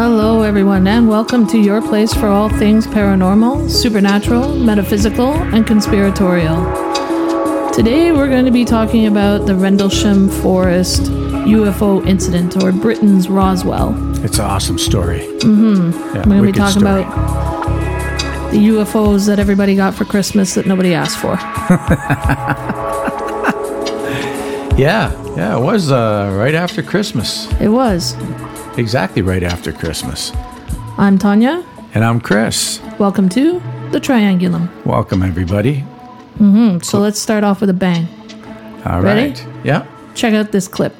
Hello, everyone, and welcome to your place for all things paranormal, supernatural, metaphysical, and conspiratorial. Today, we're going to be talking about the Rendlesham Forest UFO incident, or Britain's Roswell. It's an awesome story. Yeah, We're going to be wicked talking story. about the UFOs that everybody got for Christmas that nobody asked for. Yeah, yeah, it was uh, right after Christmas. It was. Exactly right after Christmas. I'm Tanya. And I'm Chris. Welcome to the Triangulum. Welcome, everybody. So let's start off with a bang. All right. Ready? Yeah. Check out this clip.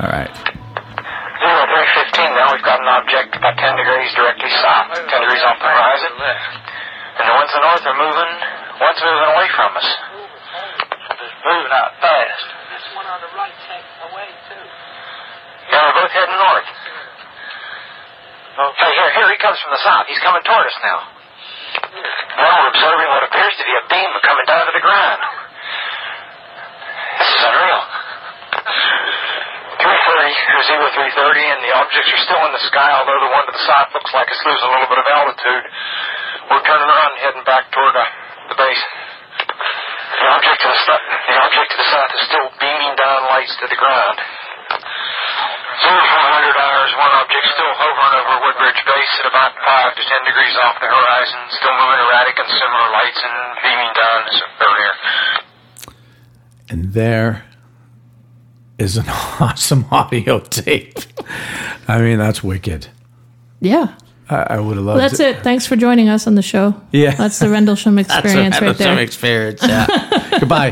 All right. Zero three fifteen. Now we've got an object about ten degrees directly south, ten degrees off the horizon, and the ones to the north are moving. One's moving away from us. It's moving out fast. This one on the right takes away too. Yeah, we're both heading north. Hey, here, here he comes from the south. He's coming toward us now. Now we're observing what appears to be a beam coming down to the ground. This is unreal. 330, or zero 330, and the objects are still in the sky, although the one to the south looks like it's losing a little bit of altitude. We're turning around and heading back toward uh, the base. The object to the, st- the object to the south is still beaming down lights to the ground. 0400 hours, one object still hovering over Woodbridge Base at about 5 to 10 degrees off the horizon, still moving erratic and similar lights and beaming down as earlier. And there is an awesome audio tape. I mean, that's wicked. Yeah. I, I would have loved That's it. Thanks for joining us on the show. Yeah. That's the Rendlesham experience right there. experience. Yeah. Goodbye.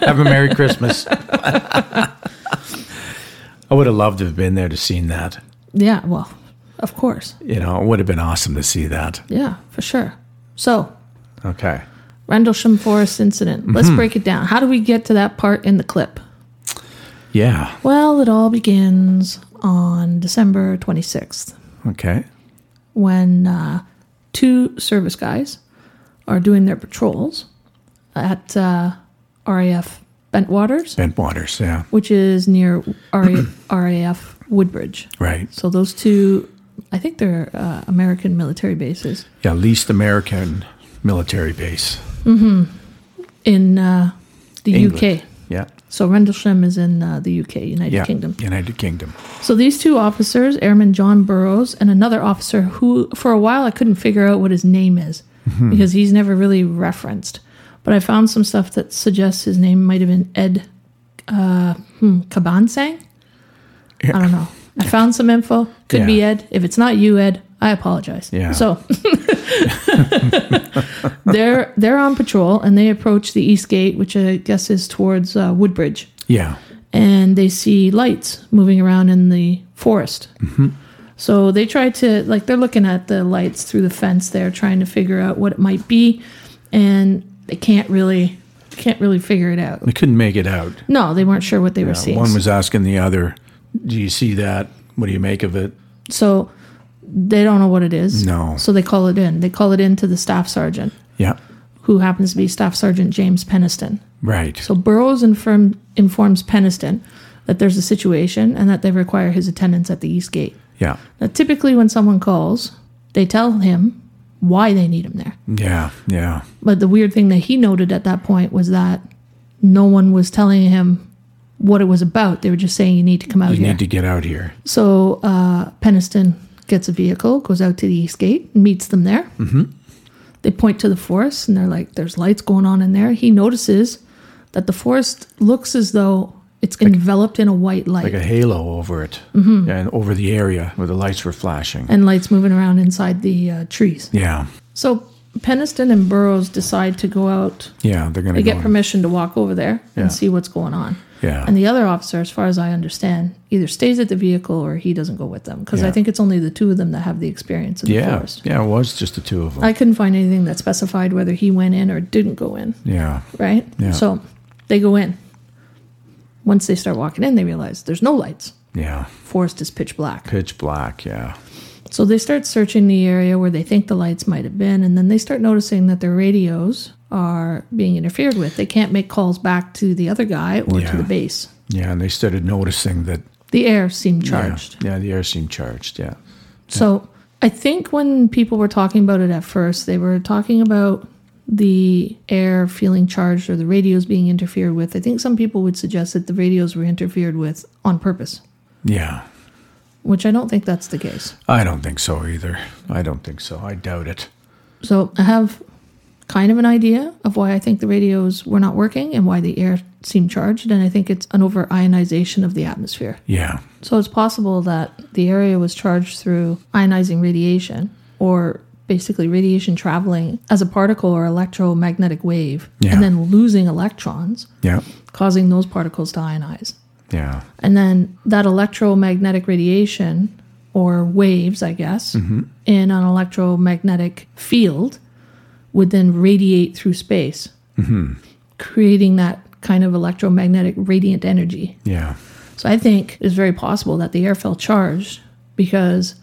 have a Merry Christmas. I would have loved to have been there to seen that. yeah. Well, of course. You know, it would have been awesome to see that. Yeah, for sure. So, Okay. Rendlesham Forest incident. Let's break it down. How do we get to that part in the clip? Yeah. Well, it all begins on December 26th Okay. when uh, two service guys are doing their patrols at uh, RAF Bentwaters, Bent Waters. Yeah. which is near RA- RAF Woodbridge. Right. So those two, I think they're uh, American military bases Yeah. Least American military base. in uh, the England. UK. Yeah. So Rendlesham is in uh, the UK, United Yeah. Kingdom. United Kingdom. So these two officers, Airman John Burrows and another officer who, for a while, I couldn't figure out what his name is Hmm. because he's never really referenced. But I found some stuff that suggests his name might have been Ed uh, hmm, Kabansang. I don't know. I found some info. Could be Yeah. Ed. If it's not you, Ed, I apologize. Yeah. So they're they're on patrol and they approach the east gate, which I guess is towards uh, Woodbridge Yeah. and they see lights moving around in the forest. Mm-hmm. So they try to, like, they're looking at the lights through the fence there, trying to figure out what it might be, and they can't really, can't really figure it out. They couldn't make it out. No, they weren't sure what they were Uh, seeing. One was asking the other, "Do you see that? What do you make of it?" so they don't know what it is. No. So they call it in. They call it in to the staff sergeant, Yeah. who happens to be Staff Sergeant James Peniston. Right. So Burroughs inform, informs Peniston that there's a situation and that they require his attendance at the east gate. yeah. Now, typically, when someone calls, they tell him why they need him there. Yeah. Yeah. But the weird thing that he noted at that point was that no one was telling him what it was about. They were just saying, you need to come out You here. need to get out here. so, uh, Peniston gets a vehicle, goes out to the east gate, meets them there. Mm-hmm. They point to the forest and they're like, there's lights going on in there. He notices that the forest looks as though it's enveloped in a white light. Like a halo over it, mm-hmm. and over the area where the lights were flashing. and lights moving around inside the uh, trees. yeah. So Peniston and Burroughs decide to go out. Yeah. They're gonna They go get in. permission to walk over there Yeah. and see what's going on. Yeah. And the other officer, as far as I understand, either stays at the vehicle or he doesn't go with them because I Yeah. think it's only the two of them that have the experience in the yeah. forest. Uh Yeah. It was just the two of them. I couldn't find anything that specified whether he went in or didn't go in, yeah. right? Yeah. So they go in. Once they start walking in, they realize there's no lights. Yeah. Forest is pitch black. Pitch black. Yeah. So they start searching the area where they think the lights might have been, and then they start noticing that their radios are being interfered with. They can't make calls back to the other guy or to Yeah. the base. Yeah. And they started noticing that. The air seemed yeah, charged. Yeah, the air seemed charged. Yeah. So I think when people were talking about it at first, they were talking about the air feeling charged or the radios being interfered with. I think some people would suggest that the radios were interfered with on purpose, Yeah. which I don't think that's the case. I don't think so either. I don't think so. I doubt it. So I have kind of an idea of why I think the radios were not working and why the air seemed charged. And I think it's an over ionization of the atmosphere. Yeah. So it's possible that the area was charged through ionizing radiation or basically radiation traveling as a particle or electromagnetic wave Yeah. and then losing electrons, Yeah. causing those particles to ionize. Yeah. And then that electromagnetic radiation or waves, I guess, in an electromagnetic field would then radiate through space, creating that kind of electromagnetic radiant energy. Yeah. So I think it's very possible that the air felt charged because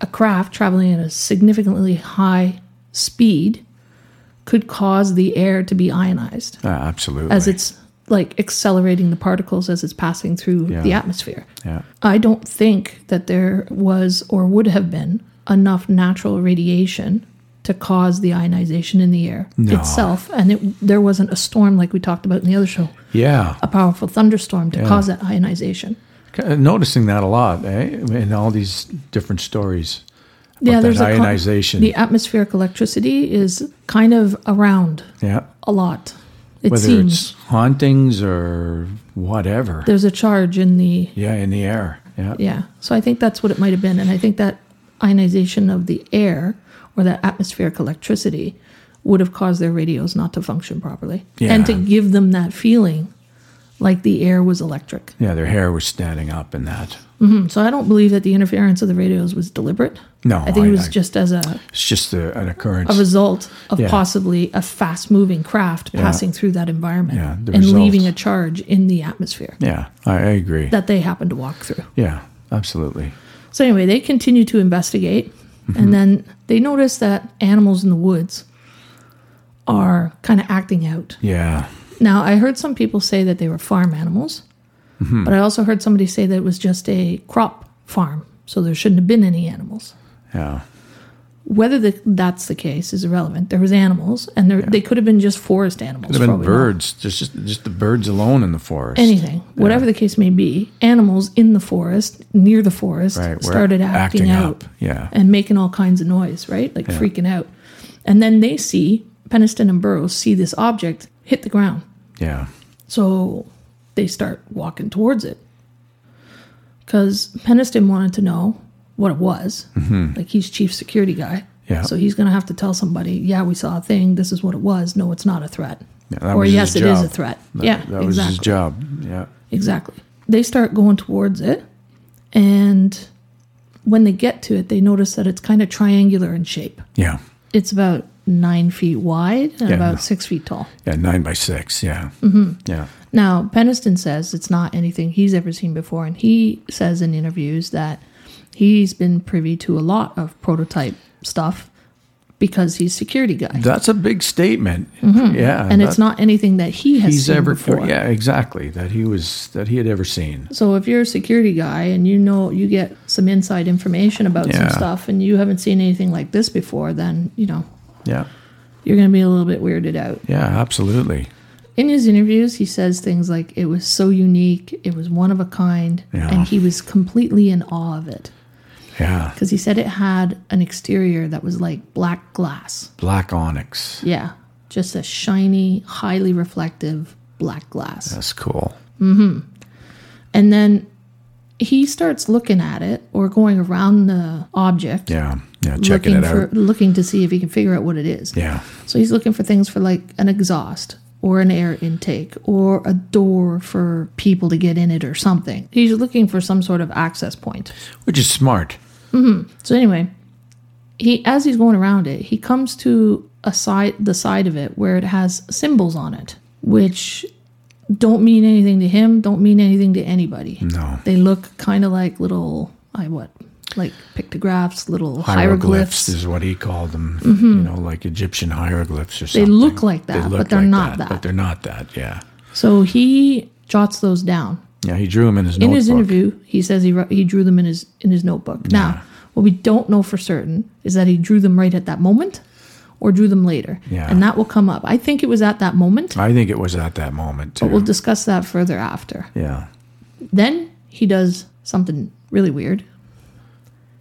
a craft traveling at a significantly high speed could cause the air to be ionized Uh, absolutely. as it's like accelerating the particles as it's passing through the atmosphere. yeah. I don't think that there was or would have been enough natural radiation to cause the ionization in the air itself and it, there wasn't a storm like we talked about in the other show Yeah. a powerful thunderstorm to cause that ionization K- Noticing that a lot, eh? In all these different stories. yeah that there's a con- ionization. the atmospheric electricity is kind of around Yeah. a lot it Whether seems it's hauntings or whatever. there's a charge in the yeah, in the air. Yeah. Yeah. So I think that's what it might have been. And I think that ionization of the air or that atmospheric electricity would have caused their radios not to function properly and to Yeah. give them that feeling like the air was electric. Yeah, their hair was standing up in that. Mm, So I don't believe that the interference of the radios was deliberate. No, I think I- it was I- just as a, It's just a, an occurrence. a result of Yeah. possibly a fast moving craft passing through that environment Yeah, the and result. leaving a charge in the atmosphere yeah, I, I agree. that they happened to walk through. yeah, absolutely. So anyway, they continue to investigate, Mm-hmm. and then they notice that animals in the woods are kind of acting out. Yeah, Now, I heard some people say that they were farm animals, Mm-hmm. but I also heard somebody say that it was just a crop farm, so there shouldn't have been any animals. yeah, Whether the, that's the case is irrelevant. There was animals, and there, they could have been just forest animals. could have for all been we know. birds. There's just just the birds alone in the forest. Anything, whatever the case may be, animals in the forest, near the forest, Right, we're started acting, acting out. up, yeah. and making all kinds of noise, right? Like freaking out. And then they see, Peniston and Burroughs see this object hit the ground. Yeah, So they start walking towards it. Because Peniston wanted to know what it was. Like he's chief security guy. Mm-hmm. Yeah. So he's going to have to tell somebody, yeah, we saw a thing. This is what it was. No, it's not a threat. Yeah, that or was his yes, it is a job. threat. that, yeah, that was exactly. his job. Yeah, Exactly. They start going towards it, and when they get to it, they notice that it's kind of triangular in shape. yeah, It's about nine feet wide and Yeah. about six feet tall. yeah. Nine by six. Yeah, mm-hmm. yeah, Now, Peniston says it's not anything he's ever seen before, and he says in interviews that he's been privy to a lot of prototype stuff because he's security guy. that's a big statement. Yeah, Mm-hmm. and it's that not anything that he has he's seen ever. before. Yeah, exactly. That he was that he had ever seen. So if you're a security guy and you know you get some inside information about Yeah. some stuff and you haven't seen anything like this before, then you know Yeah, you're going to be a little bit weirded out. yeah, absolutely. In his interviews, he says things like it was so unique, it was one of a kind, Yeah. and he was completely in awe of it Yeah, because he said it had an exterior that was like black glass. black onyx. Yeah, just a shiny, highly reflective black glass. That's cool. And then he starts looking at it or going around the object. Yeah, yeah. Checking looking it for out. looking to see if he can figure out what it is. Yeah, So he's looking for things for like an exhaust or an air intake or a door for people to get in it or something. He's looking for some sort of access point. which is smart. So anyway, he as he's going around it, he comes to a side the side of it where it has symbols on it, which don't mean anything to him, don't mean anything to anybody. No. They look kind of like little I what? Like pictographs, little hieroglyphs. Mm-hmm. hieroglyphs is what he called them. You know, like Egyptian hieroglyphs or They something. look like that, but they're not that. But they're not that. Yeah, So he jots those down. yeah. He drew them in his In notebook. his interview, he says he wrote, he drew them in his in his notebook. Now, What we don't know for certain is that he drew them right at that moment or drew them later. Yeah. And that will come up. I think it was at that moment. I think it was at that moment too. Oh, We'll discuss that further after. yeah. Then he does something really weird.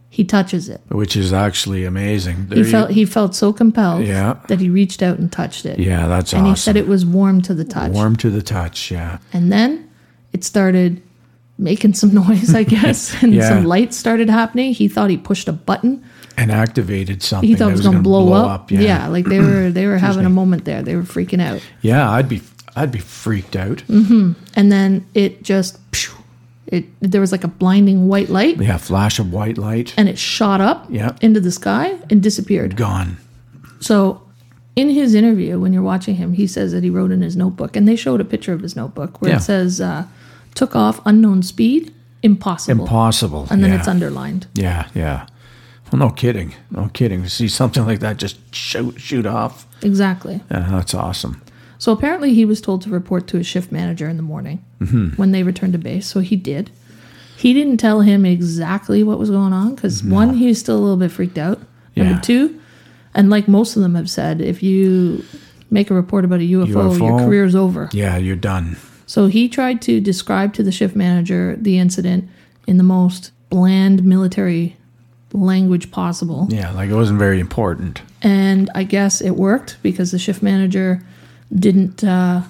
He touches it. Which is actually amazing. There He you- felt he felt so compelled Yeah. that he reached out and touched it. yeah, that's And awesome. he said it was warm to the touch. Warm to the touch, yeah. And then it started making some noise, I guess, and Yeah. some lights started happening. He thought he pushed a button. And activated something. He thought that it was going to gonna blow, up. Yeah. yeah, yeah. like they were they were having a moment there. They were freaking out. I'd be I'd be freaked out. Mm-hmm. And then it just phew, it there was like a blinding white light Yeah, flash of white light. and it shot up Yeah. into the sky and disappeared. Gone. So, in his interview, when you're watching him, he says that he wrote in his notebook, and they showed a picture of his notebook where Yeah. it says, uh, took off unknown speed, impossible. Impossible. And then yeah. it's underlined. Yeah, yeah. Well, no kidding. No kidding. To see something like that just shoot shoot off. Exactly. Yeah, that's awesome. So, apparently, he was told to report to his shift manager in the morning Mm-hmm. when they returned to base. So, he did. He didn't tell him exactly what was going on because, one, he was still a little bit freaked out. Yeah. Number two, and like most of them have said, if you make a report about a UFO, your UFO. career's over. Yeah, you're done. So he tried to describe to the shift manager the incident in the most bland military language possible. Yeah, like it wasn't very important. And I guess it worked because the shift manager didn't uh,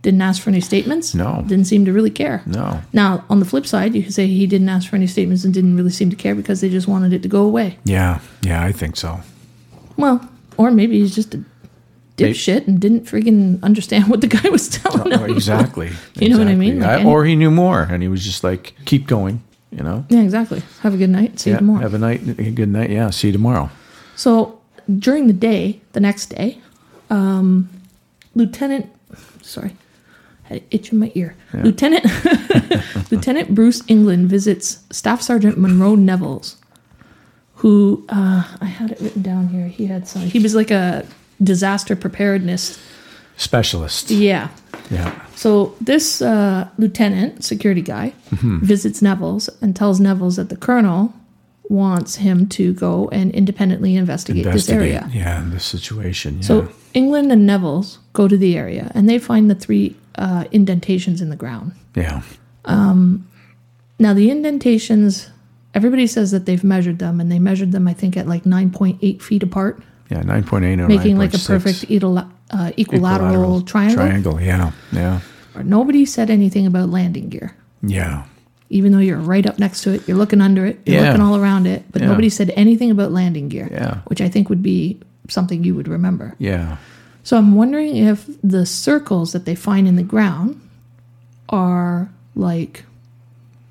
didn't ask for any statements. No. Didn't seem to really care. No. Now, on the flip side, you could say he didn't ask for any statements and didn't really seem to care because they just wanted it to go away. Yeah, yeah, I think so. Well, or maybe he's just a dipshit and didn't freaking understand what the guy was telling Uh, him. exactly. You know what I exactly. mean? Like any- or he knew more, and he was just like, "Keep going," you know. Yeah, exactly. Have a good night. See Yeah, you tomorrow. Have a night. a Good night. Yeah. See you tomorrow. So during the day, the next day, um, Lieutenant, sorry, I had an itch in my ear. Lieutenant, Lieutenant Bruce England visits Staff Sergeant Monroe Nevels, who uh, I had it written down here. He had some. He was like a disaster preparedness. Specialist. Yeah. Yeah. So this uh, lieutenant security guy visits Nevels and tells Nevels that the colonel wants him to go and independently investigate, this area. Yeah, the situation. Yeah. So England and Neville's go to the area and they find the three uh, indentations in the ground. yeah. Now the indentations, everybody says that they've measured them and they measured them, I think, at like 9.8 feet apart, Yeah. Nine point eight or making like a 9.6. perfect equila- uh, equilateral, Equilateral triangle. Triangle. Yeah. Yeah. Nobody said anything about landing gear, Yeah. even though you're right up next to it, you're looking under it, you're Yeah. looking all around it, but Yeah. nobody said anything about landing gear, Yeah. which I think would be something you would remember. Yeah. So I'm wondering if the circles that they find in the ground are like,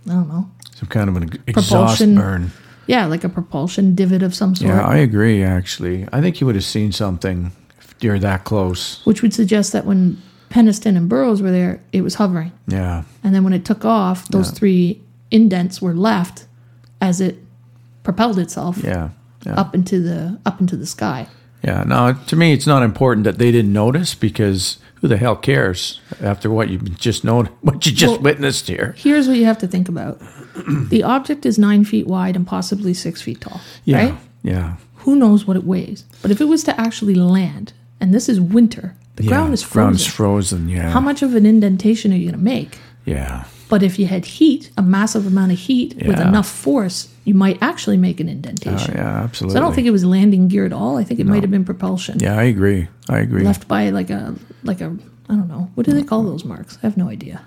I don't know, Some kind of an ex- exhaust Propulsion. burn. yeah, like a propulsion divot of some sort, Yeah, I agree. Actually, I think you would have seen something if you're that close. which would suggest that when Peniston and Burroughs were there, it was hovering. Yeah. And then when it took off, those three indents were left as it propelled itself Yeah. Yeah. up into the up into the sky. Yeah. No, to me, it's not important that they didn't notice because who the hell cares after what you just known, what you just Well- witnessed here? Here's what you have to think about. the object is nine feet wide and possibly six feet tall. Yeah. Right? Yeah. who knows what it weighs? But if it was to actually land, and this is winter, the yeah. ground is frozen. Ground's frozen. Yeah. How much of an indentation are you going to make? Yeah. But if you had heat, a massive amount of heat with Yeah. enough force, you might actually make an indentation. Oh, Yeah. Absolutely. So I don't think it was landing gear at all. I think it might have been propulsion yeah, I agree. I agree. left by like a like a I don't know what do they call those marks? I have no idea.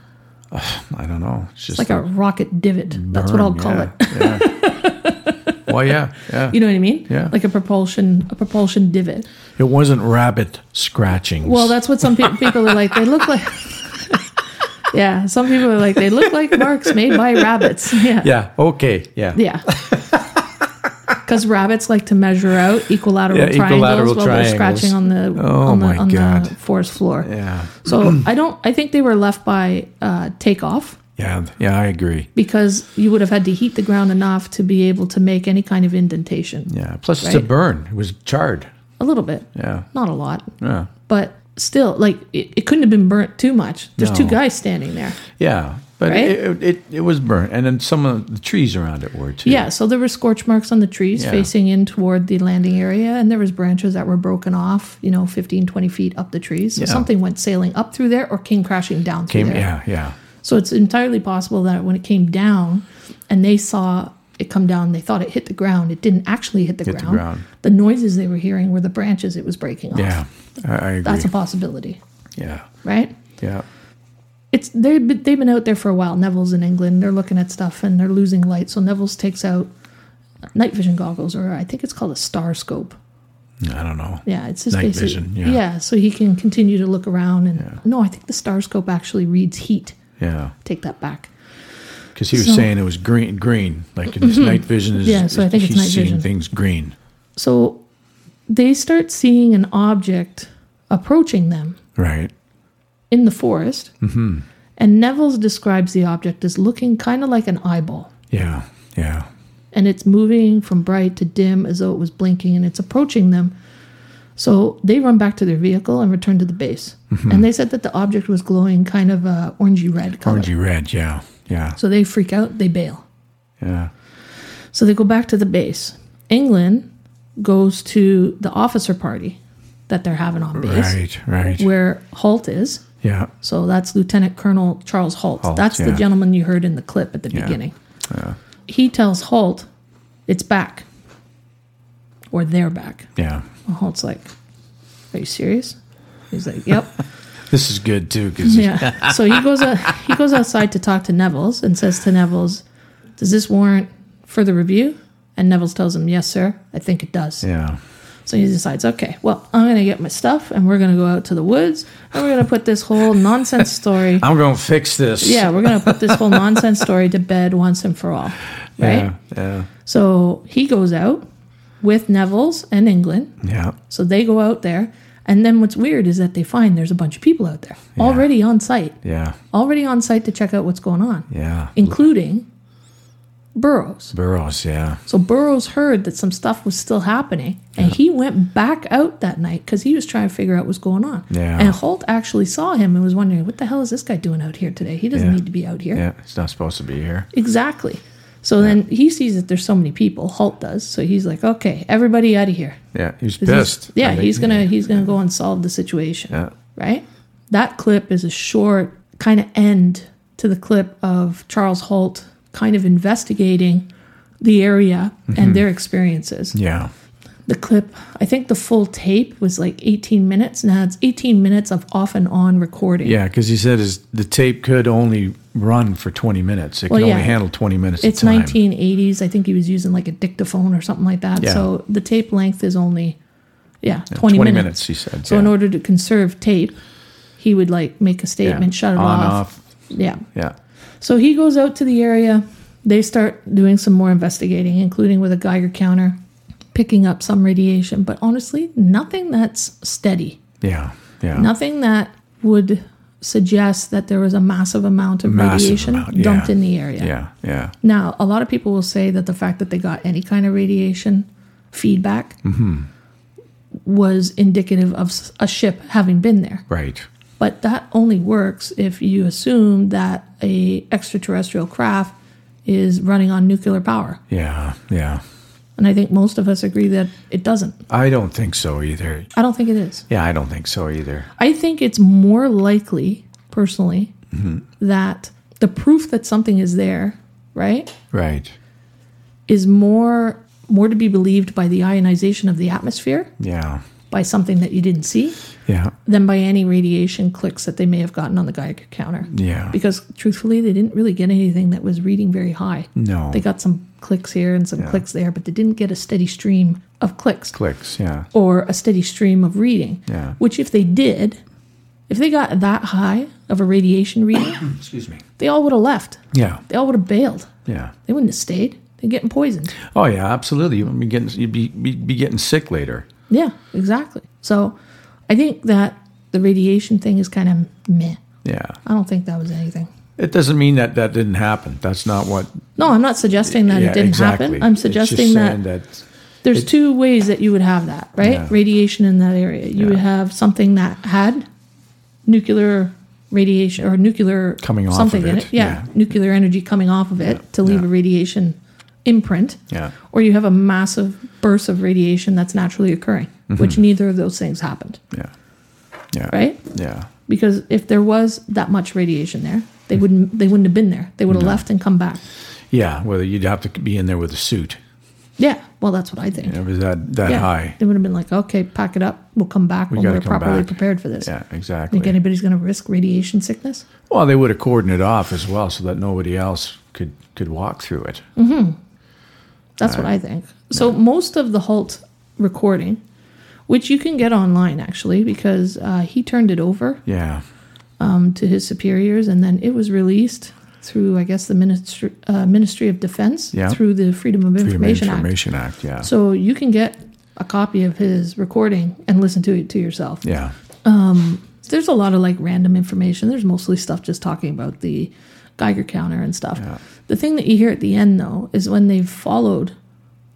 I don't know. It's just It's like a rocket divot. That's what I'll call it. it. Yeah. well, yeah. Yeah. You know what I mean? Yeah. Like a propulsion a propulsion divot. it wasn't rabbit scratchings. Well, that's what some pe- people are like. They look like. yeah, some people are like they look like marks made by rabbits. Yeah, yeah. Okay. Yeah. yeah. Because rabbits like to measure out equilateral Yeah, triangles equilateral while triangles. they're scratching on the Oh on, the, my on God. the forest floor. Yeah. So I don't. I think they were left by uh, takeoff Yeah. Yeah. I agree. because you would have had to heat the ground enough to be able to make any kind of indentation. Yeah. Plus, it's a Right. burn. It was charred. A little bit, Yeah. not a lot, Yeah. but still, like it, it couldn't have been burnt too much. There's two No. guys standing there. Yeah. But Right? it, it it was burnt, and then some of the trees around it were too. Yeah, so there were scorch marks on the trees Yeah. facing in toward the landing area, and there was branches that were broken off, you know, 15, 20 feet up the trees. So Yeah. something went sailing up through there or came crashing down through Came, there. yeah, yeah. So it's entirely possible that when it came down and they saw it come down, they thought it hit the ground. It didn't actually hit the, the ground. ground. The noises they were hearing were the branches it was breaking off. Yeah, I, I agree. That's a possibility, yeah, right? yeah, it's they've been, they've been out there for a while. Neville's in England. They're looking at stuff and they're losing light. So Neville's takes out night vision goggles, or I think it's called a star scope. I don't know. Yeah, it's his Night basic- vision, yeah. so he can continue to look around. And no, I think the star scope actually reads heat. Yeah, Take that back. because he was So- Mm-hmm. saying it was green, green. Like in his night vision is. Yeah, so I think it's he's night seeing vision. things green, So they start seeing an object approaching them right? in the forest. Mm-hmm. And Neville's describes the object as looking kind of like an eyeball. Yeah, yeah, and it's moving from bright to dim as though it was blinking and it's approaching them. So they run back to their vehicle and return to the base. Mm-hmm. And they said that the object was glowing kind of a orangey red color. orangey red. Yeah, yeah, So they freak out, they bail. yeah. So they go back to the base. England goes to the officer party that they're having on base, Right, right. where Holt is. yeah, So that's Lieutenant Colonel Charles Holt. Holt, that's the yeah. gentleman you heard in the clip at the beginning. He tells Holt, it's back. Or they're back. yeah. And Holt's like, Are you serious? He's like, Yep. This is good too because yeah. So he goes out, he goes outside to talk to Neville's and says to Neville's, Does this warrant further review? And Neville's tells him, Yes, sir, I think it does. yeah, So he decides, okay, well, I'm gonna get my stuff and we're gonna go out to the woods and we're gonna put this whole nonsense story I'm gonna fix this. yeah, we're going to put this whole nonsense story to bed once and for all. Right? yeah, yeah, So he goes out with Neville's and England. yeah. So they go out there. And then what's weird is that they find there's a bunch of people out there already on site, yeah. already on site to check out what's going on, Yeah. including Burroughs. Burroughs, yeah. So Burroughs heard that some stuff was still happening and he went back out that night because he was trying to figure out what's going on. Yeah. And Holt actually saw him and was wondering, what the hell is this guy doing out here today? He doesn't Yeah. need to be out here. Yeah. It's not supposed to be here. Exactly. So then he sees that there's so many people. Halt does. So he's like, okay, everybody out of here. Yeah. He was 'Cause he's- pissed. I yeah, think. he's gonna he's gonna go and solve the situation. Yeah. Right. That clip is a short kind of end to the clip of Charles Holt kind of investigating the area Mm-hmm. and their experiences. Yeah. The clip, I think the full tape was like 18 minutes. Now it's 18 minutes of off and on recording. Yeah, because he said his the tape could only run for twenty minutes. It Well, could yeah. only handle twenty minutes. it's at a time. 1980s. I think he was using like a dictaphone or something like that. Yeah. So the tape length is only, yeah, 20, minutes. minutes, he said, So yeah. in order to conserve tape, he would like make a Yeah. statement, shut it On, off. Yeah. Yeah. So he goes out to the area. They start doing some more investigating, including with a Geiger counter, picking up some radiation, but honestly, nothing that's steady, Yeah. Yeah. nothing that would suggest that there was a massive amount of Massive radiation amount, yeah. dumped in the area. Yeah. Yeah. Now, a lot of people will say that the fact that they got any kind of radiation feedback was indicative of s- a ship having been there. Right. But that only works if you assume that a extraterrestrial craft is running on nuclear power. Yeah. Yeah. And I think most of us agree that it doesn't. I don't think so either. I don't think it is. Yeah, I don't think so either. I think it's more likely, personally, that the proof that something is there, right? Right. is more more to be believed by the ionization of the atmosphere Yeah. by something that you didn't see Yeah. than by any radiation clicks that they may have gotten on the Geiger counter. Yeah. Because truthfully, they didn't really get anything that was reading very high. No. They got some clicks here and some clicks there, but they didn't get a steady stream of clicks Clicks. Yeah. or a steady stream of reading. Yeah. Which, if they did, if they got that high of a radiation reading, Excuse me. they all would have left. Yeah. They all would have bailed. Yeah. They wouldn't have stayed. They're getting poisoned. Oh yeah, absolutely. You'd be getting you'd be, be, be getting sick later. Yeah, exactly. So I think that the radiation thing is kind of meh. Yeah. I don't think that was anything. It doesn't mean that that didn't happen. That's not what. No, I'm not suggesting that yeah, it didn't exactly. happen. I'm It's just suggesting that, saying that. there's two ways that you would have that, right? Yeah. Radiation in that area. You would have something that had nuclear radiation or nuclear Coming off something of in it, it. Yeah, yeah. nuclear energy coming off of it to leave yeah. a radiation imprint. Yeah. Or you have a massive burst of radiation that's naturally occurring, Mm-hmm. which neither of those things happened, Yeah. Yeah. right? Yeah. Because if there was that much radiation there, Mm-hmm. they wouldn't they wouldn't have been there. They would have left and come back. Yeah. Whether you'd have to be in there with a suit. Yeah. Well, that's what I think. It was that that Yeah. high. They would have been like, okay, pack it up. We'll come back when gotta we're come properly back." prepared for this. Yeah, Think exactly. anybody's going to risk radiation sickness? Well, they would have cordoned it off as well, so that nobody else could could walk through it. Mm-hmm. That's Uh, what I think. So most of the Halt recording, which you can get online actually, because uh, he turned it over Yeah. um, to his superiors, and then it was released through, I guess, the Ministry uh, Ministry of Defense Yeah. through the Freedom of Freedom of Information, Act. Information Act. Yeah. So you can get a copy of his recording and listen to it to yourself. yeah. there's a lot of like random information. There's mostly stuff just talking about the Geiger counter and stuff. The thing that you hear at the end though is when they've followed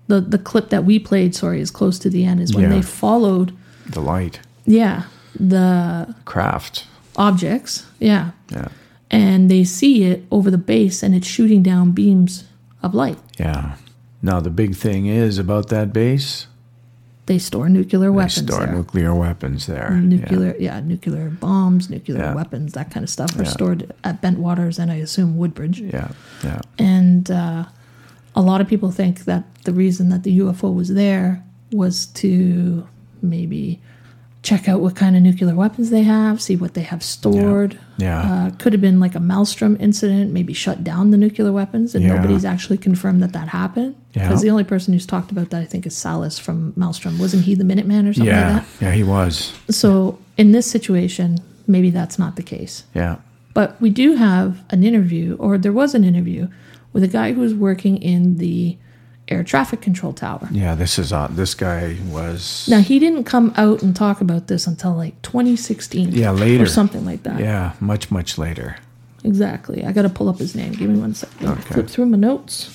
the the clip that we played. Sorry, is close to the end. Is when Yeah. they followed. The light, Yeah, the craft. objects. Yeah, Yeah. and they see it over the base, and it's shooting down beams of light. Yeah. Now the big thing is about that base. They store nuclear They weapons. Mm, store there. nuclear weapons there. nuclear yeah. nuclear bombs nuclear Yeah. weapons that kind of stuff are Yeah. stored at bent waters and i assume woodbridge Yeah. Yeah. And uh, a lot of people think that the reason that the UFO was there was to maybe check out what kind of nuclear weapons they have, see what they have stored. Yeah. Uh, could have been like a Maelstrom incident, maybe shut down the nuclear weapons, and Yeah. nobody's actually confirmed that that happened. Yeah. Because the only person who's talked about that, I think, is Salas from Maelstrom. Wasn't he the Minuteman or Yeah. something Yeah. like yeah he was. that? So in this situation, maybe that's not the case. Yeah. But we do have an interview, or there was an interview, with a guy who was working in the air traffic control tower. Yeah. This is on. This guy was. Now, he didn't come out and talk about this until like 2016. Yeah, later. Or something like that. Yeah. Much much later. Exactly. I got to pull up his name. Give me one second. Flip through my notes.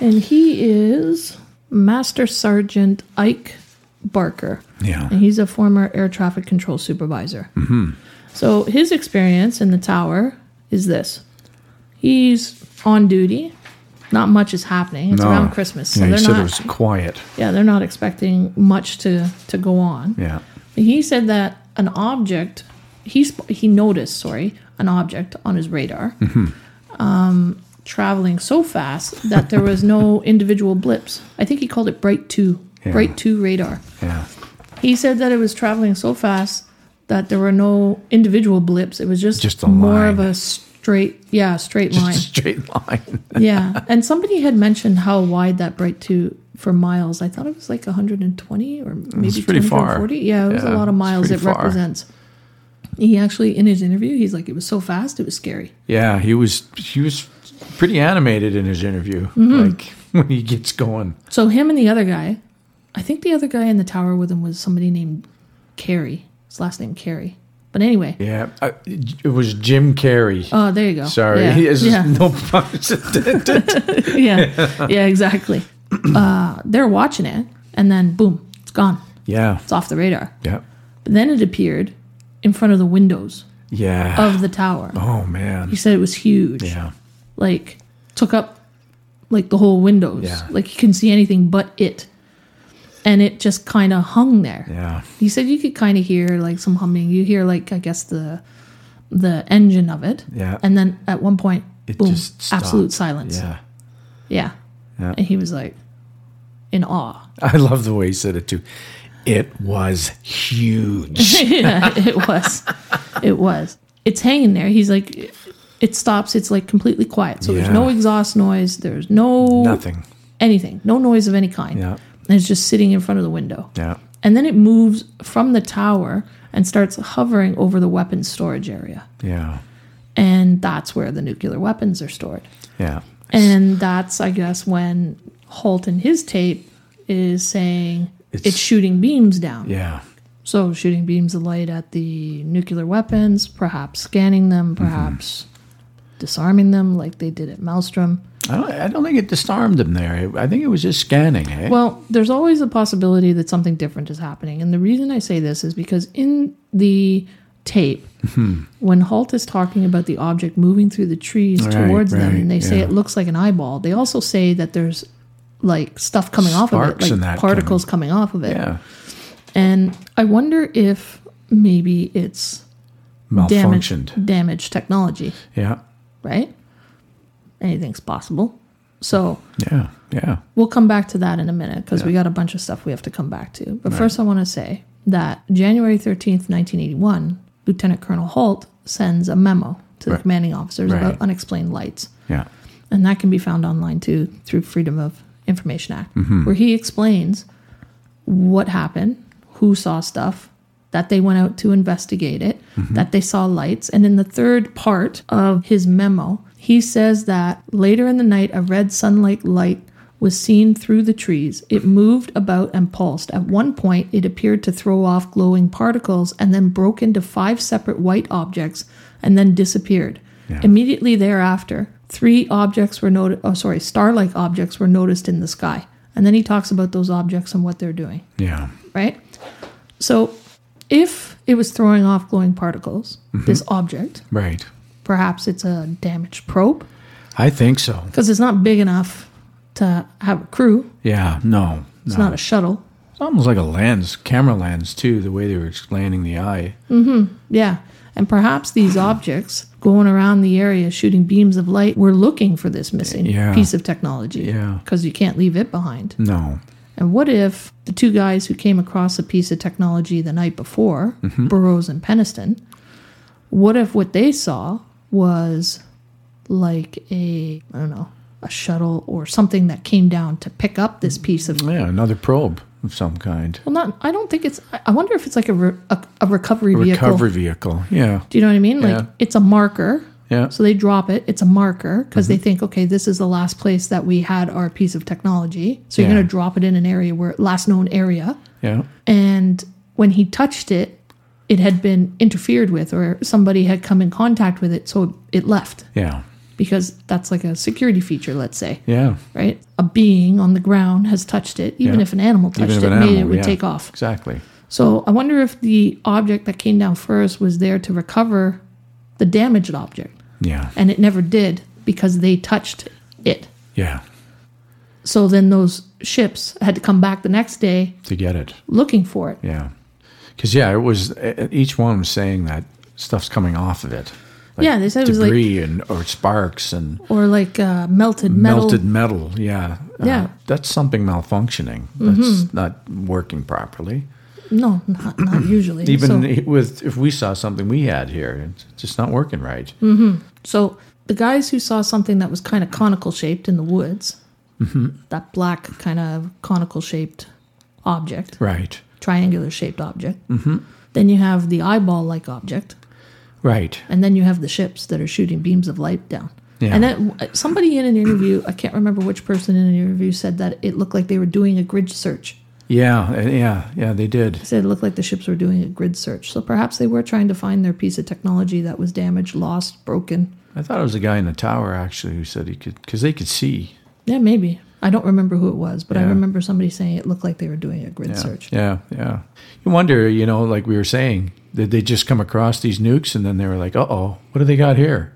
And he is Master Sergeant Ike Barker. Yeah. And he's a former air traffic control supervisor. Mm-hmm. So his experience in the tower is this he's on duty. Not much is happening. It's No. around Christmas. So yeah, he they're said not, it was quiet. yeah, they're not expecting much to, to go on. Yeah. He said that an object he sp- he noticed, sorry, an object on his radar, um, Mm-hmm. traveling so fast that there was no individual blips. I think he called it Bright Two, Yeah. Bright Two radar. Yeah. He said that it was traveling so fast that there were no individual blips. It was just, Just a more line. of a straight, yeah, straight line. Straight line. yeah, and somebody had mentioned how wide that Bright Two for miles. I thought it was like 120 or maybe pretty far. 240. Yeah, it was Yeah, a lot of it's miles it pretty far. represents. He actually, in his interview, he's like, it was so fast, it was scary. Yeah, he was he was pretty animated in his interview. Mm-hmm. Like when he gets going. So him and the other guy, I think the other guy in the tower with him was somebody named Carey. His last name Carey. But anyway, Yeah, I, it was Jim Carrey. oh, there you go. Sorry, Yeah. he is yeah. no pun- yeah, yeah, exactly. Uh, they're watching it, and then boom, it's gone. Yeah, It's off the radar. yeah, But then it appeared in front of the windows yeah. of the tower. oh man, He said it was huge. yeah, Like took up like the whole windows. Yeah. Like you couldn't see anything but it. And it just kind of hung there. yeah, He said you could kind of hear like some humming. You hear like I guess the the engine of it. Yeah. And then at one point, It boom, just stopped. absolute silence. yeah. Yeah. Yeah. And he was like in awe. I love the way he said it too. It was huge. yeah, it was. It was. It's hanging there. He's like, it stops. It's like completely quiet. So Yeah. there's no exhaust noise. There's no Nothing. anything, no noise of any kind. Yeah. And it's just sitting in front of the window. Yeah, And then it moves from the tower and starts hovering over the weapons storage area. yeah, And that's where the nuclear weapons are stored. yeah, And that's, I guess, when Holt in his tape is saying it's, It's- shooting beams down. yeah, So, shooting beams of light at the nuclear weapons, perhaps scanning them, Mm-hmm. perhaps disarming them like they did at Maelstrom. I don't, I don't think it disarmed him there. I think it was just scanning. Eh? Well, there's always a possibility that something different is happening. And the reason I say this is because in the tape Mm-hmm. when Halt is talking about the object moving through the trees Right, towards them, right, and they say yeah. it looks like an eyeball. They also say that there's like stuff coming off of it, Sparks like and that particles coming off of it. Yeah. And I wonder if maybe it's damage, Malfunctioned. damaged technology, Yeah. right? Anything's possible. So Yeah. Yeah. we'll come back to that in a minute because we got a bunch of stuff we have to come back to. But first, I want to say that January 13th, 1981, Lieutenant Colonel Holt sends a memo to the Right. commanding officers Right. about unexplained lights. Yeah. And that can be found online too through Freedom of Information Act, Mm-hmm. where he explains what happened, who saw stuff, that they went out to investigate it, that they saw lights. And in the third part of his memo, he says that later in the night, a red sunlight light was seen through the trees. It moved about and pulsed. At one point, it appeared to throw off glowing particles and then broke into five separate white objects and then disappeared. Immediately thereafter, three objects were noted. Oh, sorry, star-like objects were noticed in the sky. And then he talks about those objects and what they're doing Yeah. right? So if it was throwing off glowing particles, Mm-hmm. this object, Right. perhaps it's a damaged probe I think so. because it's not big enough to have a crew. Yeah. No. It's no. not a shuttle. It's almost like a lens, camera lens, too, the way they were explaining the eye. Yeah. And perhaps these objects going around the area shooting beams of light were looking for this missing Yeah. piece of technology. Yeah. Because you can't leave it behind. No. And what if the two guys who came across a piece of technology the night before, Mm-hmm. Burroughs and Peniston, what if what they saw was like a, I don't know, a shuttle or something that came down to pick up this piece of. Yeah. Another probe of some kind. Well, not, I don't think it's, I- I wonder if it's like a, re, a, a recovery vehicle. Recovery vehicle. Yeah. Do you know what I mean? Like Yeah. it's a marker. Yeah. So they drop it. It's a marker because Mm-hmm. they think, okay, this is the last place that we had our piece of technology. So you're Yeah. going to drop it in an area where last known area. Yeah. And when he touched it, it had been interfered with, or somebody had come in contact with it, so it left Yeah. because that's like a security feature, let's say, Yeah. right? A being on the ground has touched it, even Yeah. if an animal touched Even if it, an maybe it animal would yeah. take off. Exactly. So I wonder if the object that came down first was there to recover the damaged object, Yeah. and it never did because they touched it. Yeah. So then those ships had to come back the next day To get it. looking for it. Yeah. Because, yeah, it was, e- each one was saying that stuff's coming off of it. Like Yeah, they said it was like- debris and or sparks and Or like uh, melted metal. melted metal. Yeah, Uh, Yeah. Mm-hmm. that's something malfunctioning. That's not working properly. No, not, not usually. Even so, i- with if we saw something we had here, it's just not working right. Mm. so the guys who saw something that was kind of conical shaped in the woods, Mm-hmm. that black kind of conical shaped object, Right, triangular shaped object. Mm-hmm. Then you have the eyeball like object, right. and then you have the ships that are shooting beams of light down. Yeah. And then somebody in an interview, I can't remember which person in an interview said that it looked like they were doing a grid search. Yeah, uh, yeah, yeah. They did. said it looked like the ships were doing a grid search. So perhaps they were trying to find their piece of technology that was damaged, lost, broken. I thought it was a guy in the tower actually who said he could because they could see. Yeah, maybe. I don't remember who it was, but I Yeah. remember somebody saying it looked like they were doing a grid Yeah, search. yeah, yeah. You wonder, you know, like we were saying, did they just come across these nukes and then they were like, "Uh oh, what do they got here?"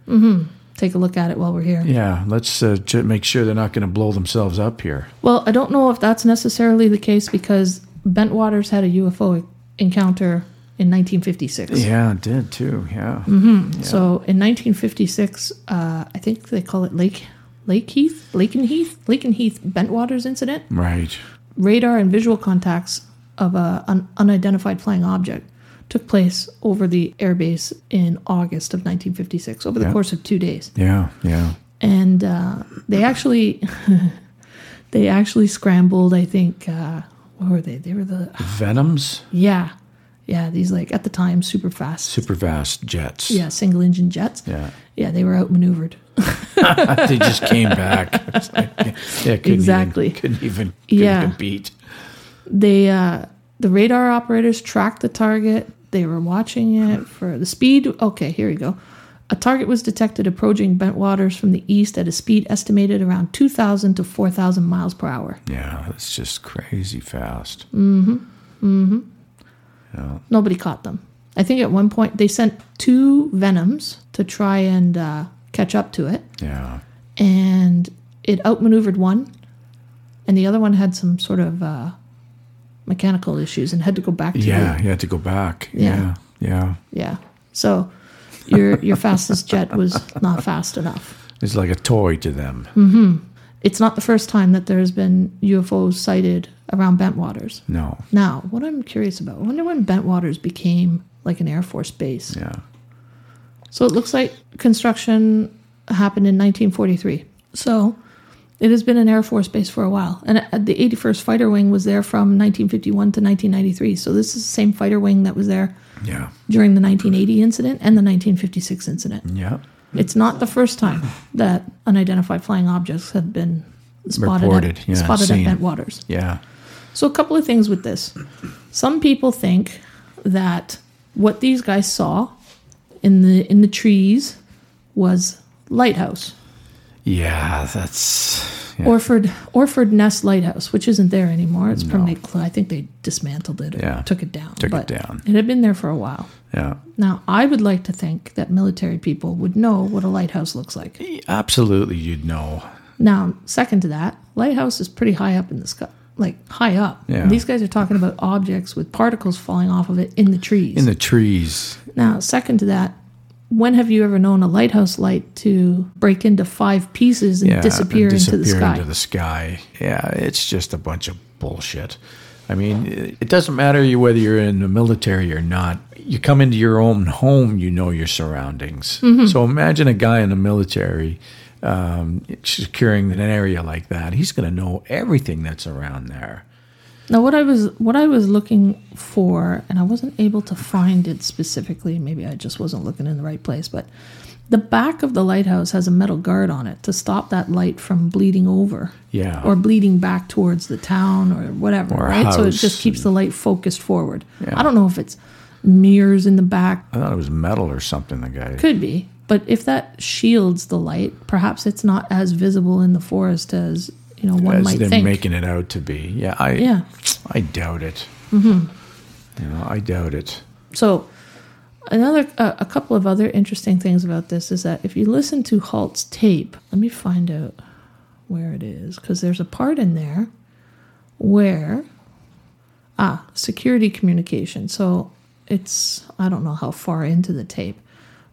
Take a look at it while we're here. Yeah, let's uh, ju- make sure they're not going to blow themselves up here. Well, I don't know if that's necessarily the case because Bentwaters had a UFO encounter in 1956. Yeah, it did too. Yeah. Mm. So in 1956, uh, I think they call it Lake Lake Heath, Laken Heath, Laken Heath Bentwaters incident. Right. radar and visual contacts of a, an unidentified flying object took place over the airbase in August of 1956, over the Yeah. course of two days, Yeah, yeah. and uh, they actually they actually scrambled. I think uh, what were they? They were the Venoms, yeah, yeah. These like at the time super fast, super vast jets. yeah, single engine jets. Yeah. yeah, they were outmaneuvered. they just came back. It's like, yeah, couldn't even- Exactly. couldn't even couldn't Yeah. compete. they uh, the radar operators tracked the target. They were watching it for the speed. Okay, here we go. A target was detected approaching Bentwaters from the east at a speed estimated around 2,000 to 4,000 miles per hour. Yeah, that's Mm. just crazy fast. Nobody caught them. I think at one point they sent two Venoms to try and uh, catch up to it, Yeah. and it outmaneuvered one, and the other one had some sort of uh, mechanical issues and had to go back to Yeah. the- You had to go back. Yeah. Yeah. yeah. yeah. So your your fastest jet was not fast enough. It's like a toy to them. Mm. It's not the first time that there has been UFOs sighted around bent waters. No. Now, what I'm curious about, I wonder when bent waters became like an Air Force base. Yeah. So it looks like construction happened in 1943. So it has been an Air Force base for a while. And uh, the 81st Fighter Wing was there from 1951 to 1993. So this is the same fighter wing that was there Yeah. during the 1980 incident and the 1956 incident. Yeah. It's not the first time that unidentified flying objects have been spotted Reported, at, yeah, spotted seen. at bent waters. Yeah. So a couple of things with this. Some people think that what these guys saw in the in the trees was lighthouse. Yeah. That's. Yeah. Orford Orford Nest Lighthouse, which isn't there anymore. It's permanently cl- I think they dismantled it or Yeah. took it down. Took it but down. It had been there for a while. yeah. Now I would like to think that military people would know what a lighthouse looks like. Absolutely, you'd know. Now, second to that, lighthouse is pretty high up in the sky, like high up. Yeah. These guys are talking about objects with particles falling off of it in the trees. In the trees. now, second to that, when have you ever known a lighthouse light to break into five pieces and Yeah. disappear, and into the sky? into the sky. Yeah. It's just a bunch of bullshit. I mean, it it doesn't matter you whether you're in the military or not. You come into your own home, you know your surroundings. Mm-hmm. So imagine a guy in the military um, securing an area like that. He's going to know everything that's around there. Now, what I was what I was looking for, and I wasn't able to find it specifically. Maybe I just wasn't looking in the right place. But the back of the lighthouse has a metal guard on it to stop that light from bleeding over, Yeah. or bleeding back towards the town or whatever. Or a right, so it house just keeps the light focused forward. Yeah. I don't know if it's mirrors in the back, I thought it was metal or something. The guy. could be, but if that shields the light, perhaps it's not as visible in the forest as you know one as might them think. making it out to be. Yeah, I Yeah. I doubt it. Mm-hmm. You know, I doubt it. So, another uh, a couple of other interesting things about this is that if you listen to Halt's tape, let me find out where it is because there's a part in there where ah security communication. So it's I don't know how far into the tape,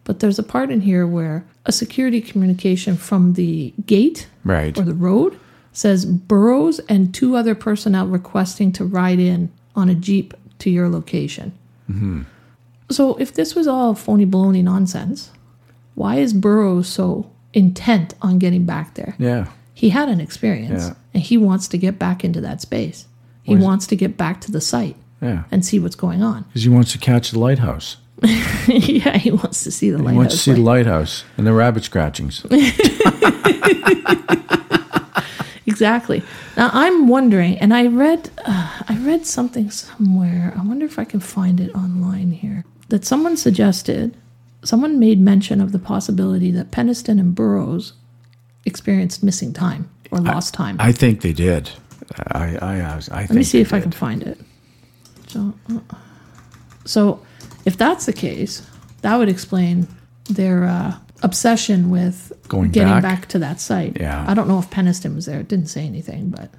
but there's a part in here where a security communication from the gate Right. or the road says Burrows and two other personnel requesting to ride in on a jeep to your location. Mm-hmm. So if this was all phony baloney nonsense, why is Burrows so intent on getting back there? yeah. He had an experience Yeah. and he wants to get back into that space. He wants to get back to the site Yeah. and see what's going on. Because he wants to catch the lighthouse. yeah, he wants to see the He wants to lighthouse. see the light. lighthouse and the rabbit scratchings. Exactly. Now I'm wondering, and I read, uh, I read something somewhere. I wonder if I can find it online here. That someone suggested, someone made mention of the possibility that Peniston and Burroughs experienced missing time or lost time. I think they did. I I I, think Let me see if I can find it. So, uh, so if that's the case, that would explain their uh, obsession with Going getting back. back? to that site. Yeah. I don't know if Peniston was there. It didn't say anything, but.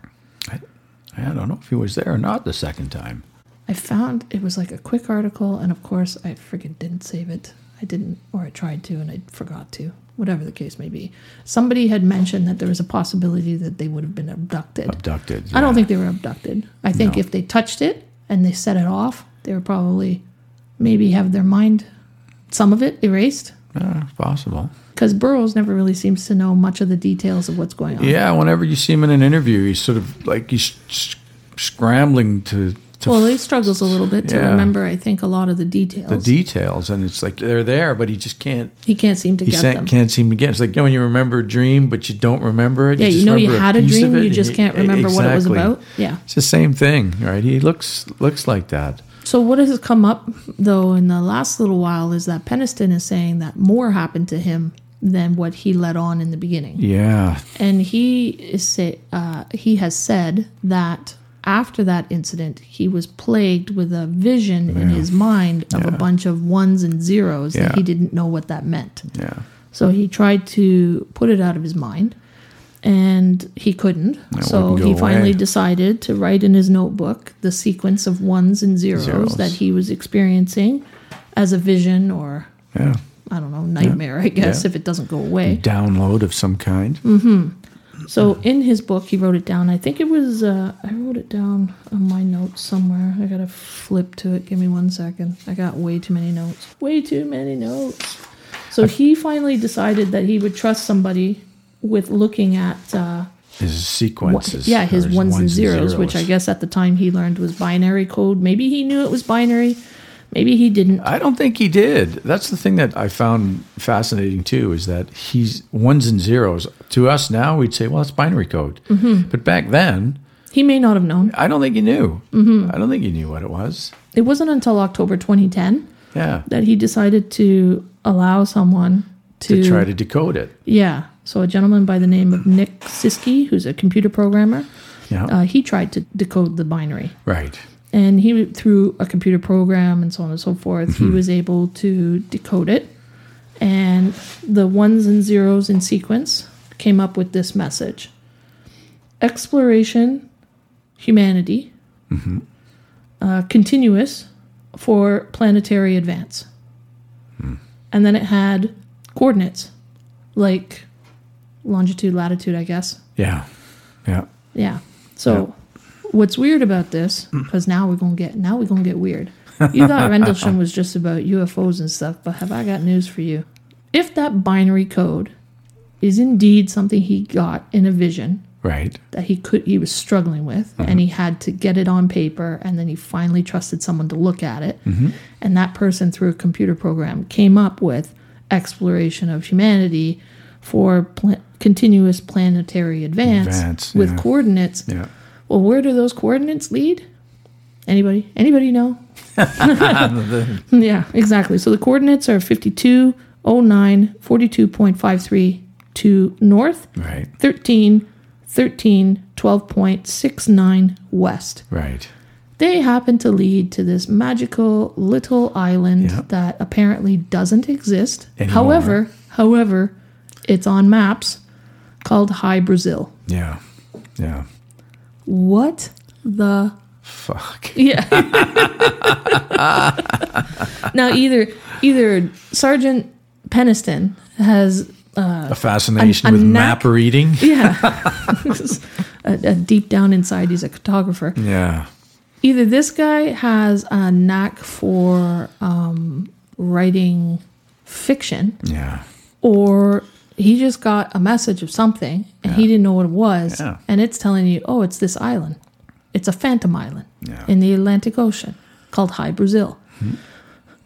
I don't know if he was there or not the second time. I found it was like a quick article, and of course, I freaking didn't save it. I didn't, or I tried to, and I forgot to. Whatever the case may be, somebody had mentioned that there was a possibility that they would have been abducted. Abducted. I don't yeah. think they were abducted. I think if they touched it and they set it off, they would probably maybe have their mind, some of it erased. Uh, possible. Because Burroughs never really seems to know much of the details of what's going on. Yeah, whenever you see him in an interview, he's sort of like he's s- scrambling to to Well, he struggles a little bit to Yeah. remember, I think, a lot of the the details. details, and it's like they're there, but he just can't he can't seem to You get sa- them. can't seem to get. It's like you know, when you remember a dream, but you don't remember it. Yeah, you just know you remember had a piece of dream, it, you and just can't e- remember what it was exactly. about. Yeah. it's the same thing, right? He looks looks like that. So what has come up though in the last little while is that Peniston is saying that more happened to him than what he let on in the beginning, Yeah, and he is say uh, he has said that after that incident, he was plagued with a vision in his mind of a bunch of ones and zeros Yeah. that he didn't know what that meant. Yeah. So he tried to put it out of his mind and he couldn't. so wouldn't go he finally away. decided to write in his notebook the sequence of ones and zeros, Zeros. that he was experiencing as a vision or, Yeah. I don't know, nightmare, I guess, Yeah. Hmm. if it doesn't go away. Download of some kind. Mm. So in his book, he wrote it down. I think it was, uh, I wrote it down on my notes somewhere. I gotta flip to it. Give me one second. I got way too many notes. Way too many notes. So he finally decided that he would trust somebody with looking at, uh, His sequences. yeah, his or ones, and, zeros, which I guess at the time he learned was binary code. Maybe he knew it was binary. Maybe he didn't. I don't think he did. That's the thing that I found fascinating too is that he's ones and zeros. To us now, we'd say, well, it's binary code. Mm-hmm. But back then, He may not have known. I don't think he knew. Mm-hmm. I don't think he knew what it was. It wasn't until October 2010 Yeah. that he decided to allow someone to, To try to decode it. Yeah. So a gentleman by the name of Nick Siski, who's a computer programmer, Yeah. uh, he tried to decode the binary, right. and he through a computer program and so on and so forth, he was able to decode it, and the ones and zeros in sequence came up with this message: exploration, humanity, uh, continuous for planetary advance, and then it had coordinates like longitude, latitude, I guess. Yeah. Yeah. Yeah. So what's weird about this, because now we're gonna get now we're gonna get weird. You thought Rendlesham was just about UFOs and stuff, but have I got news for you? If that binary code is indeed something he got in a vision Right. that he could he was struggling with Mm-hmm. and he had to get it on paper and then he finally trusted someone to look at it Mm-hmm. and that person through a computer program came up with exploration of humanity for pla- continuous planetary advance, Advance, with yeah. coordinates Yeah. well, where do those coordinates lead? Anybody? Anybody know? yeah, exactly. So the coordinates are oh 52, 09, 42.53 to north, Right. 13, 13, 12.69 west. Right. They happen to lead to this magical little island Yeah. that apparently doesn't exist. Anymore. However, however, it's on maps called High Brazil. Yeah. Yeah. What the Fuck. Yeah. now either either Sergeant Peniston has Uh, A fascination a with knack- map reading. yeah a, a deep down inside he's a cartographer. Yeah. Either this guy has a knack for um, writing fiction, Yeah. or he just got a message of something and he didn't know what it was, Yeah. and it's telling you, oh, it's this island. It's a phantom island Yeah. Hmm. in the Atlantic Ocean called High Brazil.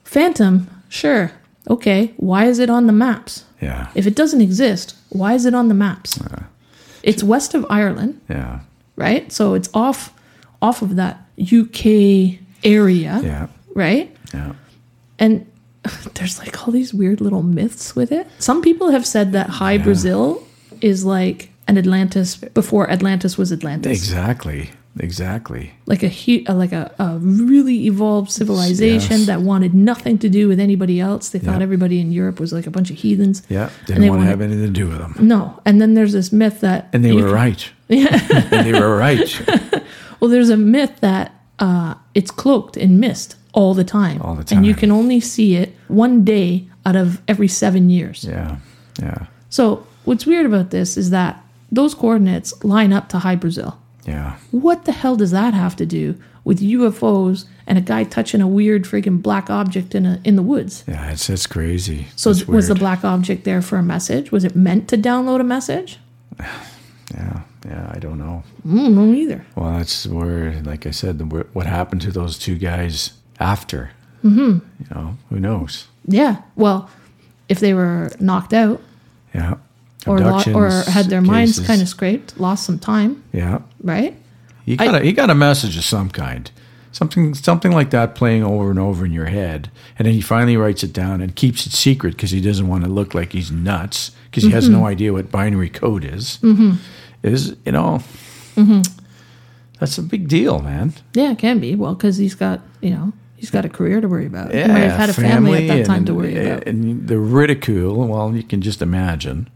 Phantom, sure. Okay, why is it on the maps? Yeah. If it doesn't exist, why is it on the maps? It's west of Ireland, Yeah. right? So it's off off of that UK area, Yeah. right? Yeah. and there's like all these weird little myths with it. Some people have said that High Brazil is like an Atlantis before Atlantis was Atlantis, Exactly. Exactly. like a, hu- uh, like a, a really evolved civilization Yes. that wanted nothing to do with anybody else. They thought Yeah. everybody in Europe was like a bunch of heathens. Yeah. and Didn't they want to wanted- have anything to do with them. No, and then there's this myth that And they you were can- right. Yeah. and they were right Well, there's a myth that uh, it's cloaked in mist all the time, All the and you time. can only see it one day out of every seven years. Yeah. Yeah. So what's weird about this is that those coordinates line up to high Brazil. Yeah. What the hell does that have to do with UFOs and a guy touching a weird friggin' black object in a in the woods? Yeah. It's that's crazy. So It's was the weird. black object there for a message? Was it meant to download a message? Yeah. Yeah. I don't know. I don't know either. Well, that's where, like I said, the, what happened to those two guys after? Mm-hmm. You know, who knows? Yeah. Well, if they were knocked out Yeah. or lo- or Abductions, had their minds cases. kind of scraped, lost some time, Yeah. right? He got a he got a message of some kind. Something something like that playing over and over in your head. And then he finally writes it down and keeps it secret because he doesn't want to look like he's nuts because he has Mm-hmm. Mm-hmm. no idea what binary code is. Is you know That's a big deal, man. Yeah, it can be. Well, because he's got, you know, he's got a career to worry about. Yeah, he might have had a family, at that time and- to worry about. And the ridicule, well, you can just imagine.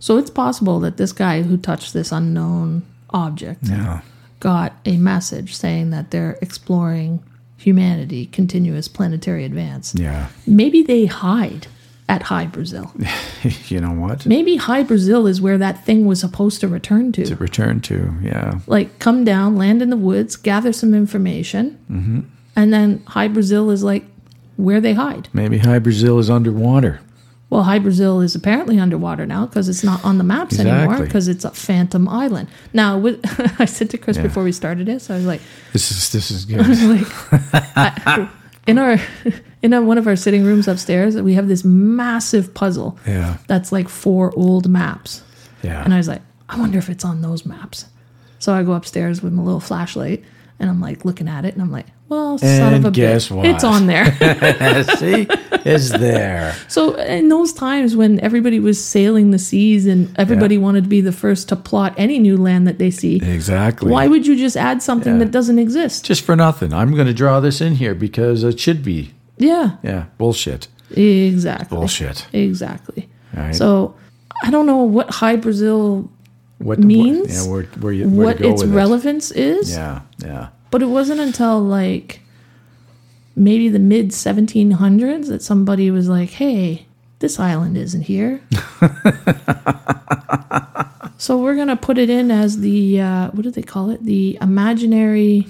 so it's possible that this guy who touched this unknown object Yeah. got a message saying that they're exploring humanity, continuous planetary advance. Yeah. Maybe they hide at High Brazil. you know what? Maybe High Brazil is where that thing was supposed to return to. To return to, yeah. like come down, land in the woods, gather some information, Mm-hmm. and then High Brazil is like where they hide. Maybe High Brazil is underwater. Well, High Brazil is apparently underwater now because it's not on the maps anymore Exactly. because it's a phantom island. Now, with, I said to Chris before we started this, I was like, This is this is I was good. like I- in our in our, one of our sitting rooms upstairs, we have this massive puzzle Yeah. that's like four old maps. yeah. And I was like, I wonder if it's on those maps. So I go upstairs with my little flashlight and I'm like looking at it and I'm like, well, son of And a guess bitch, what? it's on there. See, it's there. so in those times when everybody was sailing the seas and everybody wanted to be the first to plot any new land that they see, Exactly. why would you just add something Yeah. that doesn't exist? just for nothing? I'm going to draw this in here because it should be. Yeah, Yeah. Bullshit. exactly. Bullshit. Exactly. All right. So I don't know what high Brazil, what means yeah, where, where you, where what to go its with it. relevance is. Yeah. Yeah. But it wasn't until like maybe the mid 1700s that somebody was like, hey, this island isn't here. so we're going to put it in as the, uh, what did they call it? The imaginary,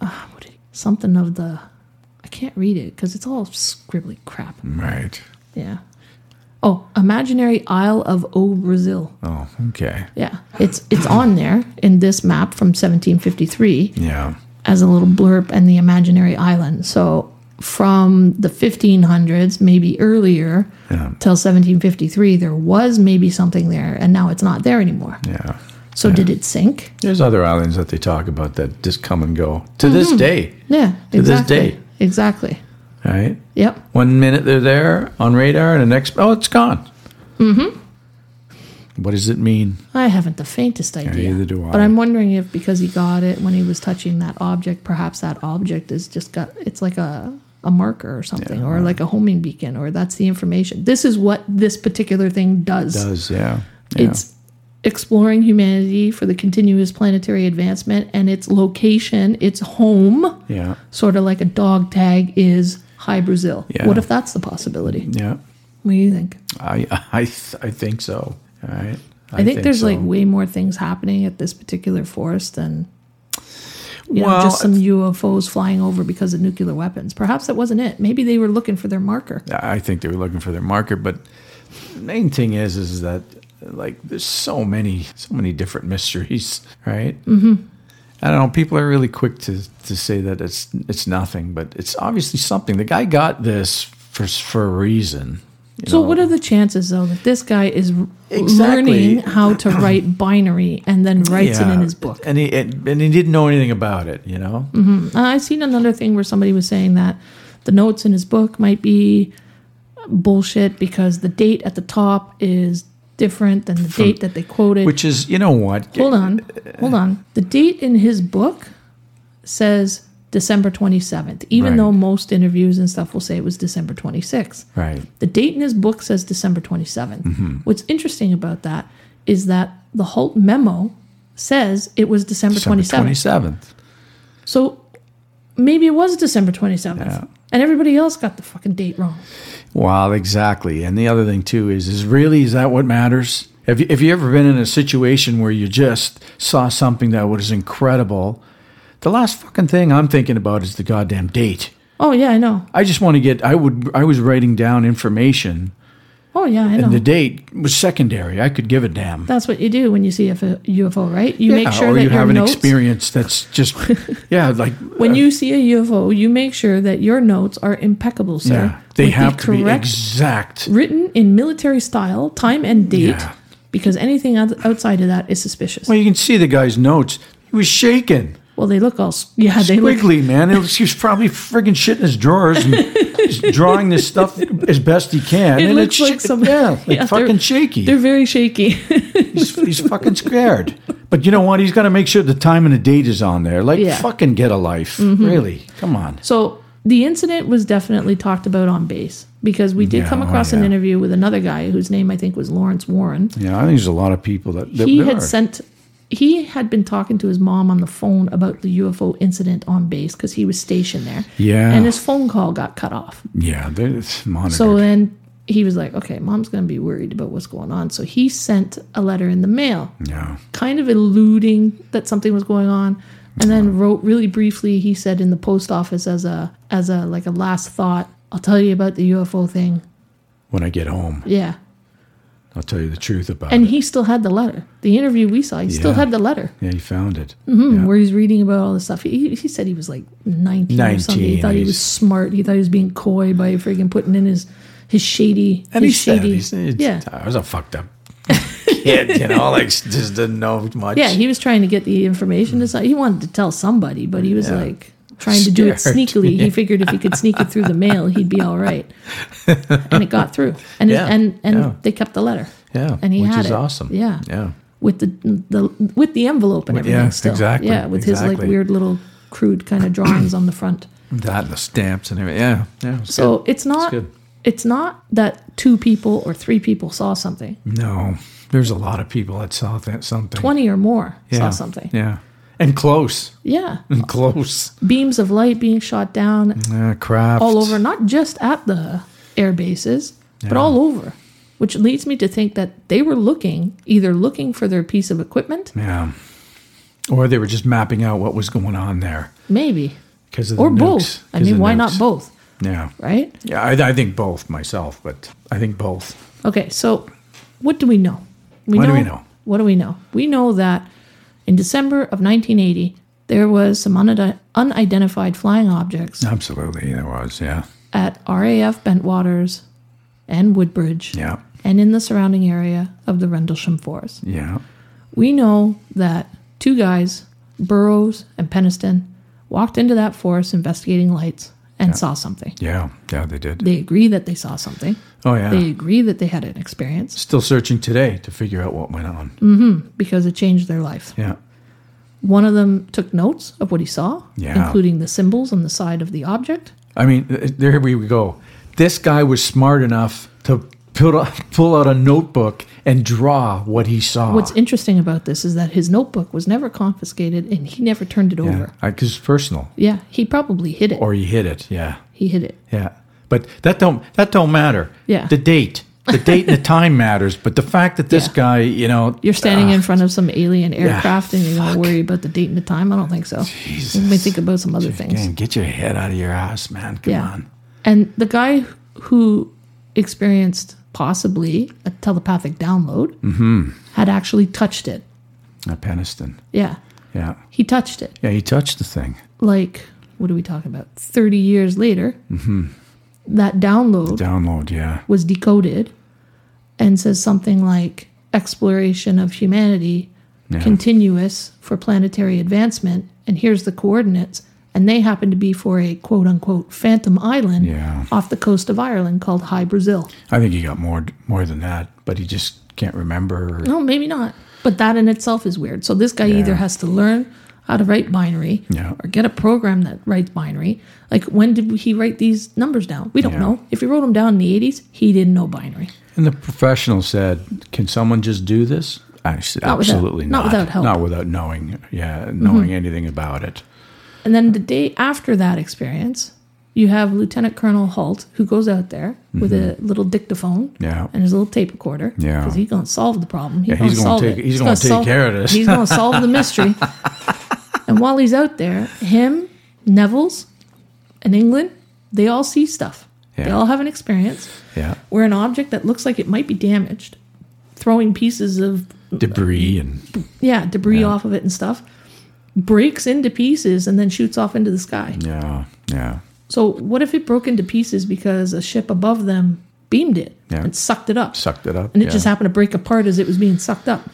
uh, what did, something of the, I can't read it because it's all scribbly crap. Mm. Right. Yeah. Oh, imaginary Isle of O Brazil. Oh, okay. Yeah, it's it's on there in this map from 1753 Yeah. as a little blurb and the imaginary island. So from the 1500s, maybe earlier, Yeah. till 1753, there was maybe something there, and now it's not there anymore. Yeah. So did it sink? There's other islands that they talk about that just come and go to this Mm-hmm. day, Yeah, To this exactly. day. Exactly. right? Yep. One minute they're there on radar, and the next, oh, it's gone. Mm-hmm. What does it mean? I haven't the faintest idea. neither do But I. I'm wondering if because he got it when he was touching that object, perhaps that object is just got it's like a a marker or something, or like a homing beacon, or that's the information. This is what this particular thing Does yeah, yeah. It's exploring humanity for the continuous planetary advancement and its location, its home, yeah, sort of like a dog tag is High Brazil. Yeah. Mm. What if that's the possibility? yeah. What do you think? I I th- I think so. All right. I, think, there's so. like way more things happening at this particular forest than you know, Well, just some UFOs flying over because of nuclear weapons. Perhaps that wasn't it. Maybe they were looking for their marker. I think they were looking for their marker, but the main thing is is that like there's so many so many different mysteries, right? Mm-hmm. I don't know. People are really quick to to say that it's it's nothing, but it's obviously something. The guy got this for for a reason. you So, know? what are the chances though that this guy is r Exactly. learning how to write binary and then writes it in Yeah. his book? and he and, and he didn't know anything about it. You know, Uh, I seen another thing where somebody was saying that the notes in his book might be bullshit because the date at the top is different than the date that they quoted. which is you know what? hold on, hold on. The date in his book says December 27th, even Right. though most interviews and stuff will say it was December 26th. Right. The date in his book says December 27th. Mm-hmm. What's interesting about that is that the Holt memo says it was December, December 27th. 27th. So maybe it was December 27th. And everybody else got the fucking date wrong. Well, exactly. And the other thing too is is really is that what matters? Have you, have you ever been in a situation where you just saw something that was incredible? The last fucking thing I'm thinking about is the goddamn date. Oh, yeah, I know. I just want to get I would I was writing down information Oh, yeah, I know. and the date was secondary. I could give a damn. That's what you do when you see a f- UFO, right? You Yeah, make sure or that you your have an notes, experience that's just yeah, like When you see a UFO, you make sure that your notes are impeccable, sir. yeah, they with have to be correct exact. written in military style, time and date, Yeah. because anything out- outside of that is suspicious. Well, you can see the guy's notes. He was shaking. Well, they look all s- yeah, they look Squiggly, man. It was, he was probably friggin' shit in his drawers and he's drawing this stuff as best he can. It and looks it's like sh- some yeah, like yeah, they're- fucking shaky. They're very shaky. He's, he's fucking scared. But you know what? He's got to make sure the time and the date is on there. Like, Yeah. Mm-hmm. fucking get a life. Really? Come on. So the incident was definitely talked about on base because we did Yeah, come oh, across an yeah. interview with another guy whose name I think was Lawrence Warren. Yeah, I think there's a lot of people that, that he there had are. sent he had been talking to his mom on the phone about the UFO incident on base because he was stationed there. Yeah. And his phone call got cut off. Yeah, they're- it's monitored. So uh, then he was like, okay, mom's going to be worried about what's going on. So he sent a letter in the mail, yeah. kind of alluding that something was going on. And then wrote really briefly, he said in the post office as a, as a, like a last thought, I'll tell you about the UFO thing. When I get home, Yeah. I'll tell you the truth about And it. he still had the letter. The interview we saw, he still Yeah. had the letter. Yeah, he found it. Mm, where he's reading about all this stuff. He, he said he was like 19, or something. He 19, thought he was he's- smart. He thought he was being coy by freaking putting in his his shady. And he his said, shady. he said, yeah, I was a fucked up kid, you know, like just didn't know much. yeah. He was trying to get the information. To, some- he wanted to tell somebody, but he was Yeah. like trying to do it Scared. sneakily. He figured if he could sneak it through the mail, he'd be all right. And it got through. And it- Yeah, and and yeah. they kept the letter. yeah, and he which had is it. awesome. Yeah. yeah, with the the with the envelope and With- everything. yeah, still. exactly, Yeah, with his like exactly. weird little crude kind of drawings on the front. that and the stamps and everything. Yeah, yeah. it's So it's not good. it's not that two people or three people saw something. good. no, there's a lot of people that saw that something. Twenty or more yeah. saw something. Yeah. Yeah, and close, and close. Beams of light being shot down Uh, crap. all over, not just at the air bases, but Yeah. all over. Which leads me to think that they were looking, either looking for their piece of equipment, Yeah, or they were just mapping out what was going on there maybe. because of the Or nukes, both. I 'cause mean, of why not nukes. both? Yeah, Right? yeah. I, I think both myself, but I think both. Okay, so what do we know? We What do we know? What do we know? We know that in December of 1980, there was some unide- unidentified flying objects Absolutely, there was. Yeah, at RAF Bentwaters and Woodbridge yeah, and in the surrounding area of the Rendlesham Forest. yeah. We know that two guys, Burroughs and Peniston, walked into that forest investigating lights and saw something. Yeah, yeah, they did. They agree that they saw something. oh yeah. They agree that they had an experience Still searching today to figure out what went on. Mm. because it changed their life. Yeah, One of them took notes of what he saw, Yeah. including the symbols on the side of the object. I mean, th- there we go. This guy was smart enough to put a, pull out a notebook and draw what he saw. What's interesting about this is that his notebook was never confiscated and he never turned it yeah, over. because personal, Yeah, he probably hid it. or he hid it. Yeah, he hid it. yeah. But that don't that don't matter. Yeah. the date, the date and the time matters. But the fact that this Yeah. guy, you know, uh, You're standing in front of some alien aircraft and you're going to Ah. fuck. worry about the date and the time? I don't think so. Jesus. Let me think about some other things. Again, get your head out of your ass, man. Come Yeah. on. And the guy who experienced possibly a telepathic download Mm-hmm. had actually touched it. Uh, Peniston. Yeah, Yeah, he touched it. yeah. He touched the thing. like what are we talking about 30 years later Mm-hmm. that download Download. Yeah. was decoded and says something like exploration of humanity Yeah. continuous for planetary advancement and here's the coordinates and they happen to be for a quote unquote phantom island Yeah. off the coast of Ireland called High Brazil. I think he got more more than that, but he just can't remember. No, maybe not. But that in itself is weird. So this guy either has to learn how to write binary Yeah. or get a program that writes binary. Like when did he write these numbers down? We don't Yeah. know. If he wrote them down in the 80s, he didn't know binary. And the professional said, "Can someone just do this?" I said, Not without- absolutely not not. without help. Mm-hmm. Not without knowing, yeah, knowing anything about it. And then the day after that experience, you have Lieutenant Colonel Holt who goes out there with a little dictaphone Mm-hmm. Yeah. and his little tape recorder. Yeah. Because he's gonna solve the problem. He Yeah, he's gonna gonna solve take- it. he's gonna take solve- care of this. He's gonna solve the mystery. and while he's out there, him, Neville's, and England, they all see stuff. They Yeah. all have an experience Yeah, where an object that looks like it might be damaged, throwing pieces of debris and yeah, debris off of it and stuff, breaks into pieces and then shoots off into the sky. yeah, yeah, So what if it broke into pieces because a ship above them beamed it Yeah. and sucked it up? sucked it up. and it yeah. just happened to break apart as it was being sucked up.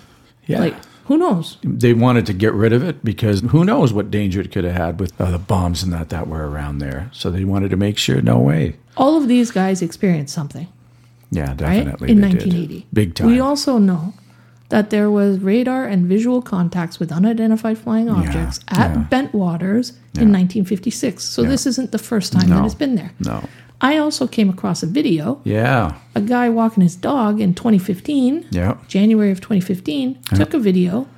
Yeah, Like who knows? they wanted to get rid of it because who knows what danger it could have had with uh, the bombs and that that were around there. So they wanted to make sure. No way. All of these guys experienced something, Yeah, right? definitely In they did. 1980, big time. We also know that there was radar and visual contacts with unidentified flying objects at yeah. Bentwaters in 1956. So this isn't the first time No. that it's been there. No. I also came across a video. Yeah. A guy walking his dog in 2015, Yeah. January of 2015, took a video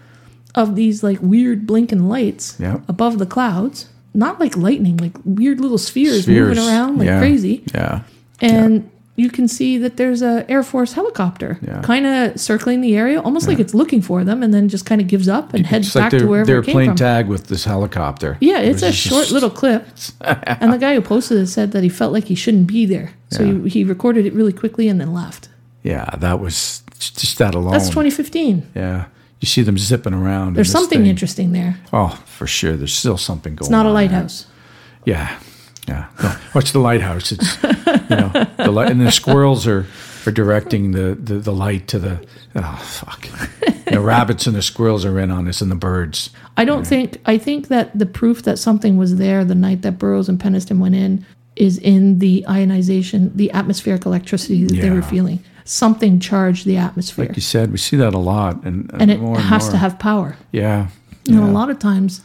of these like weird blinking lights Yeah. above the clouds. Not like lightning, like weird little spheres, moving Spheres. around like Yeah. crazy Yeah. and you can see that there's a Air Force helicopter Yeah. kind of circling the area, almost like it's looking for them, and then just kind of gives up and heads it's back like to they're, wherever they're it came playing from. tag with this helicopter. Yeah, It it's was a just- short little clip, and the guy who posted it said that he felt like he shouldn't be there, so he, he recorded it really quickly and then left. Yeah, that was just that alone. That's 2015. Yeah, you see them zipping around. There's something interesting there. Oh, for sure. There's still something going. It's not a on there. lighthouse. Yeah, yeah. No, watch the lighthouse. It's you know the light, and the squirrels are are directing the the, the light to the oh fuck. The rabbits and the squirrels are in on this, and the birds. I don't think. I think that the proof that something was there the night that Burroughs and Peniston went in is in the ionization, the atmospheric electricity that they were Yeah. feeling. Something charged the atmosphere, Like you said, we see that a lot, and and it more has more. to have power. yeah, You know, yeah. a lot of times,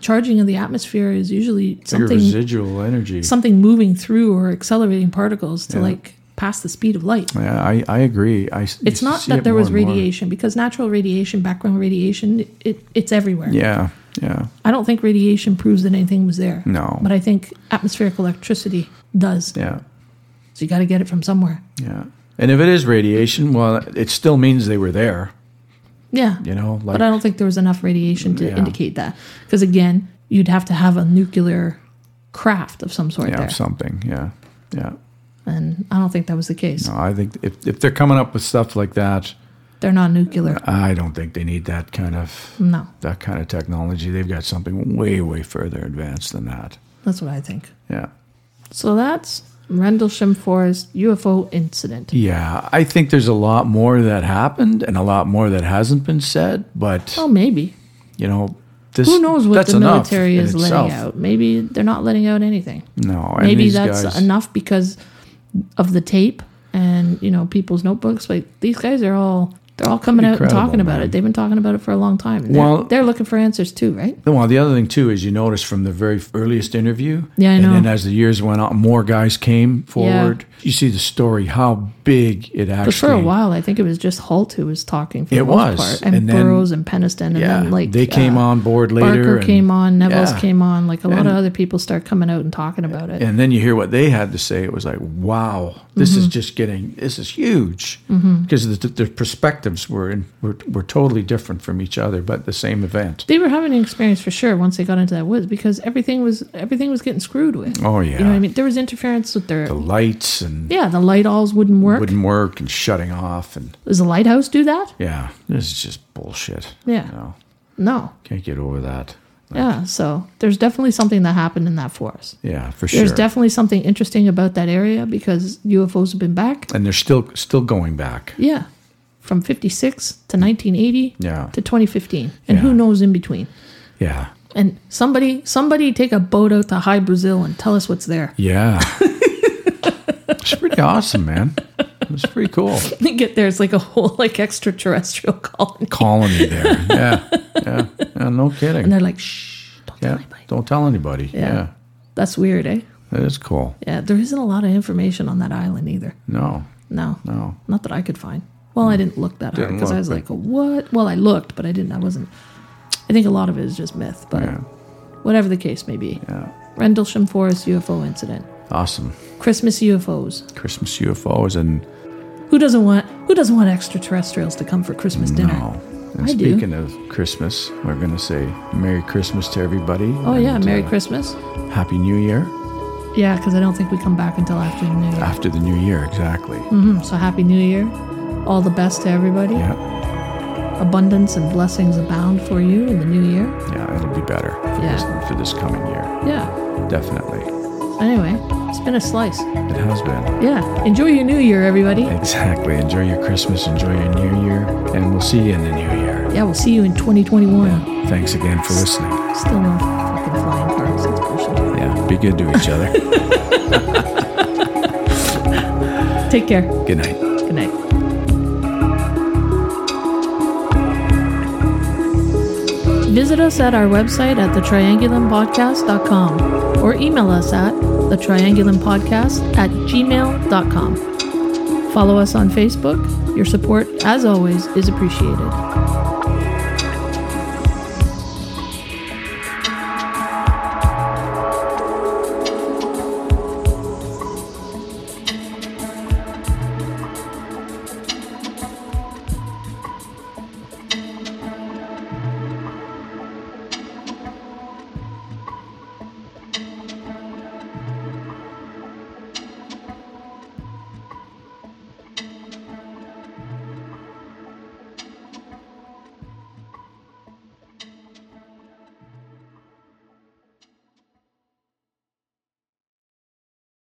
charging of the atmosphere is usually Bigger something residual energy. something moving through or accelerating particles to like pass the speed of light. yeah, I I agree. I s- It's you not see that it there more was and more. radiation because natural radiation, background radiation, it, it's everywhere. Yeah, yeah. I don't think radiation proves that anything was there. No. But I think atmospheric electricity does. Yeah, So you got to get it from somewhere. yeah. And if it is radiation, well, it still means they were there. Yeah. You know, like but I don't think there was enough radiation to Yeah. indicate that. Because again, you'd have to have a nuclear craft of some sort yeah, there. something. Yeah, yeah. And I don't think that was the case. No, I think if if they're coming up with stuff like that, They're not nuclear. I don't think they need that kind of No. that kind of technology. They've got something way way further advanced than that. That's what I think. Yeah. So that's Rendlesham Forest UFO incident. Yeah, I think there's a lot more that happened and a lot more that hasn't been said, but Well, maybe. you know, this Who knows what that's the enough military in is letting itself. out? Maybe they're not letting out anything. No, and maybe these that's guys- enough because of the tape and you know people's notebooks like these guys are all they're all coming out and Incredible, talking about man. it they've been talking about it for a long time And they're, Well- they're looking for answers too right Well, the other thing too is you notice from the very earliest interview, Yeah, I and know. then as the years went on, more guys came forward. You see the story how big it actually. but for a while i think it was just holt who was talking for the It most was, part and, and then- burroughs and peniston and Yeah, then like they came uh, on board later. barker and, came on neville's yeah. came on like a lot of other people start coming out and talking about it and then you hear what they had to say. It was like, wow, this Mm-hmm. is just getting this is huge because the, the perspectives were in, were were totally different from each other, but the same event. they were having an experience for sure once they got into that woods because everything was everything was getting screwed with Oh, you know yeah. what i mean there was interference with their The lights and Yeah, the light alls wouldn't work. wouldn't work and shutting off and Does the lighthouse do that? yeah, this is just bullshit. Yeah. you know, No. can't get over that. Yeah, so there's definitely something that happened in that forest. Yeah, for There's sure. definitely something interesting about that area because UFOs have been back. and they're still still going back. Yeah, from 56 to 1980 Yeah. to 2015. And who Yeah. knows in between. Yeah. And somebody somebody take a boat out to High Brazil and tell us what's there. Yeah. it's pretty awesome, man. It's pretty cool. You get there, it's like a whole like extraterrestrial colony. Colony there. Yeah. Yeah. yeah no kidding. And they're like, shh, don't tell yeah. anybody. Don't tell anybody. Yeah. That's weird, eh? That is cool. Yeah, there isn't a lot of information on that island either. No. No. No. Not that I could find. Well, I didn't look that hard Didn't because I look, was but- like, what? Well, I looked, but I didn't. I wasn't. I think a lot of it is just myth, but Yeah. whatever the case may be. Yeah. Rendlesham Forest UFO incident, Awesome. Christmas UFOs. Christmas UFOs and Who doesn't want Who doesn't want extraterrestrials to come for Christmas dinner? no. And I do. speaking of Christmas, we're going to say Merry Christmas to everybody. Oh yeah, and, Merry uh, Christmas. Happy New Year. Yeah, because I don't think we come back until after the New Year. After the New Year, exactly. Mm, So happy New Year. All the best to everybody. Ah. Yeah. Abundance and blessings abound for you in the new year. Yeah. It'll be better for, Yeah. this, for this coming year. Yeah. Definitely. Anyway, it's been a slice. It has been. Yeah. Enjoy your new year, everybody. Exactly. Enjoy your Christmas, enjoy your new year, and we'll see you in the new year. Yeah, we'll see you in 2021. Thanks again for listening. Still no fucking flying cars. It's bullshit. Yeah, be good to each other. Take care. good night. Good night. Visit us at our website at thetriangulampodcast.com or email us at thetriangulampodcast at gmail.com. Follow us on Facebook. Your support, as always, is appreciated.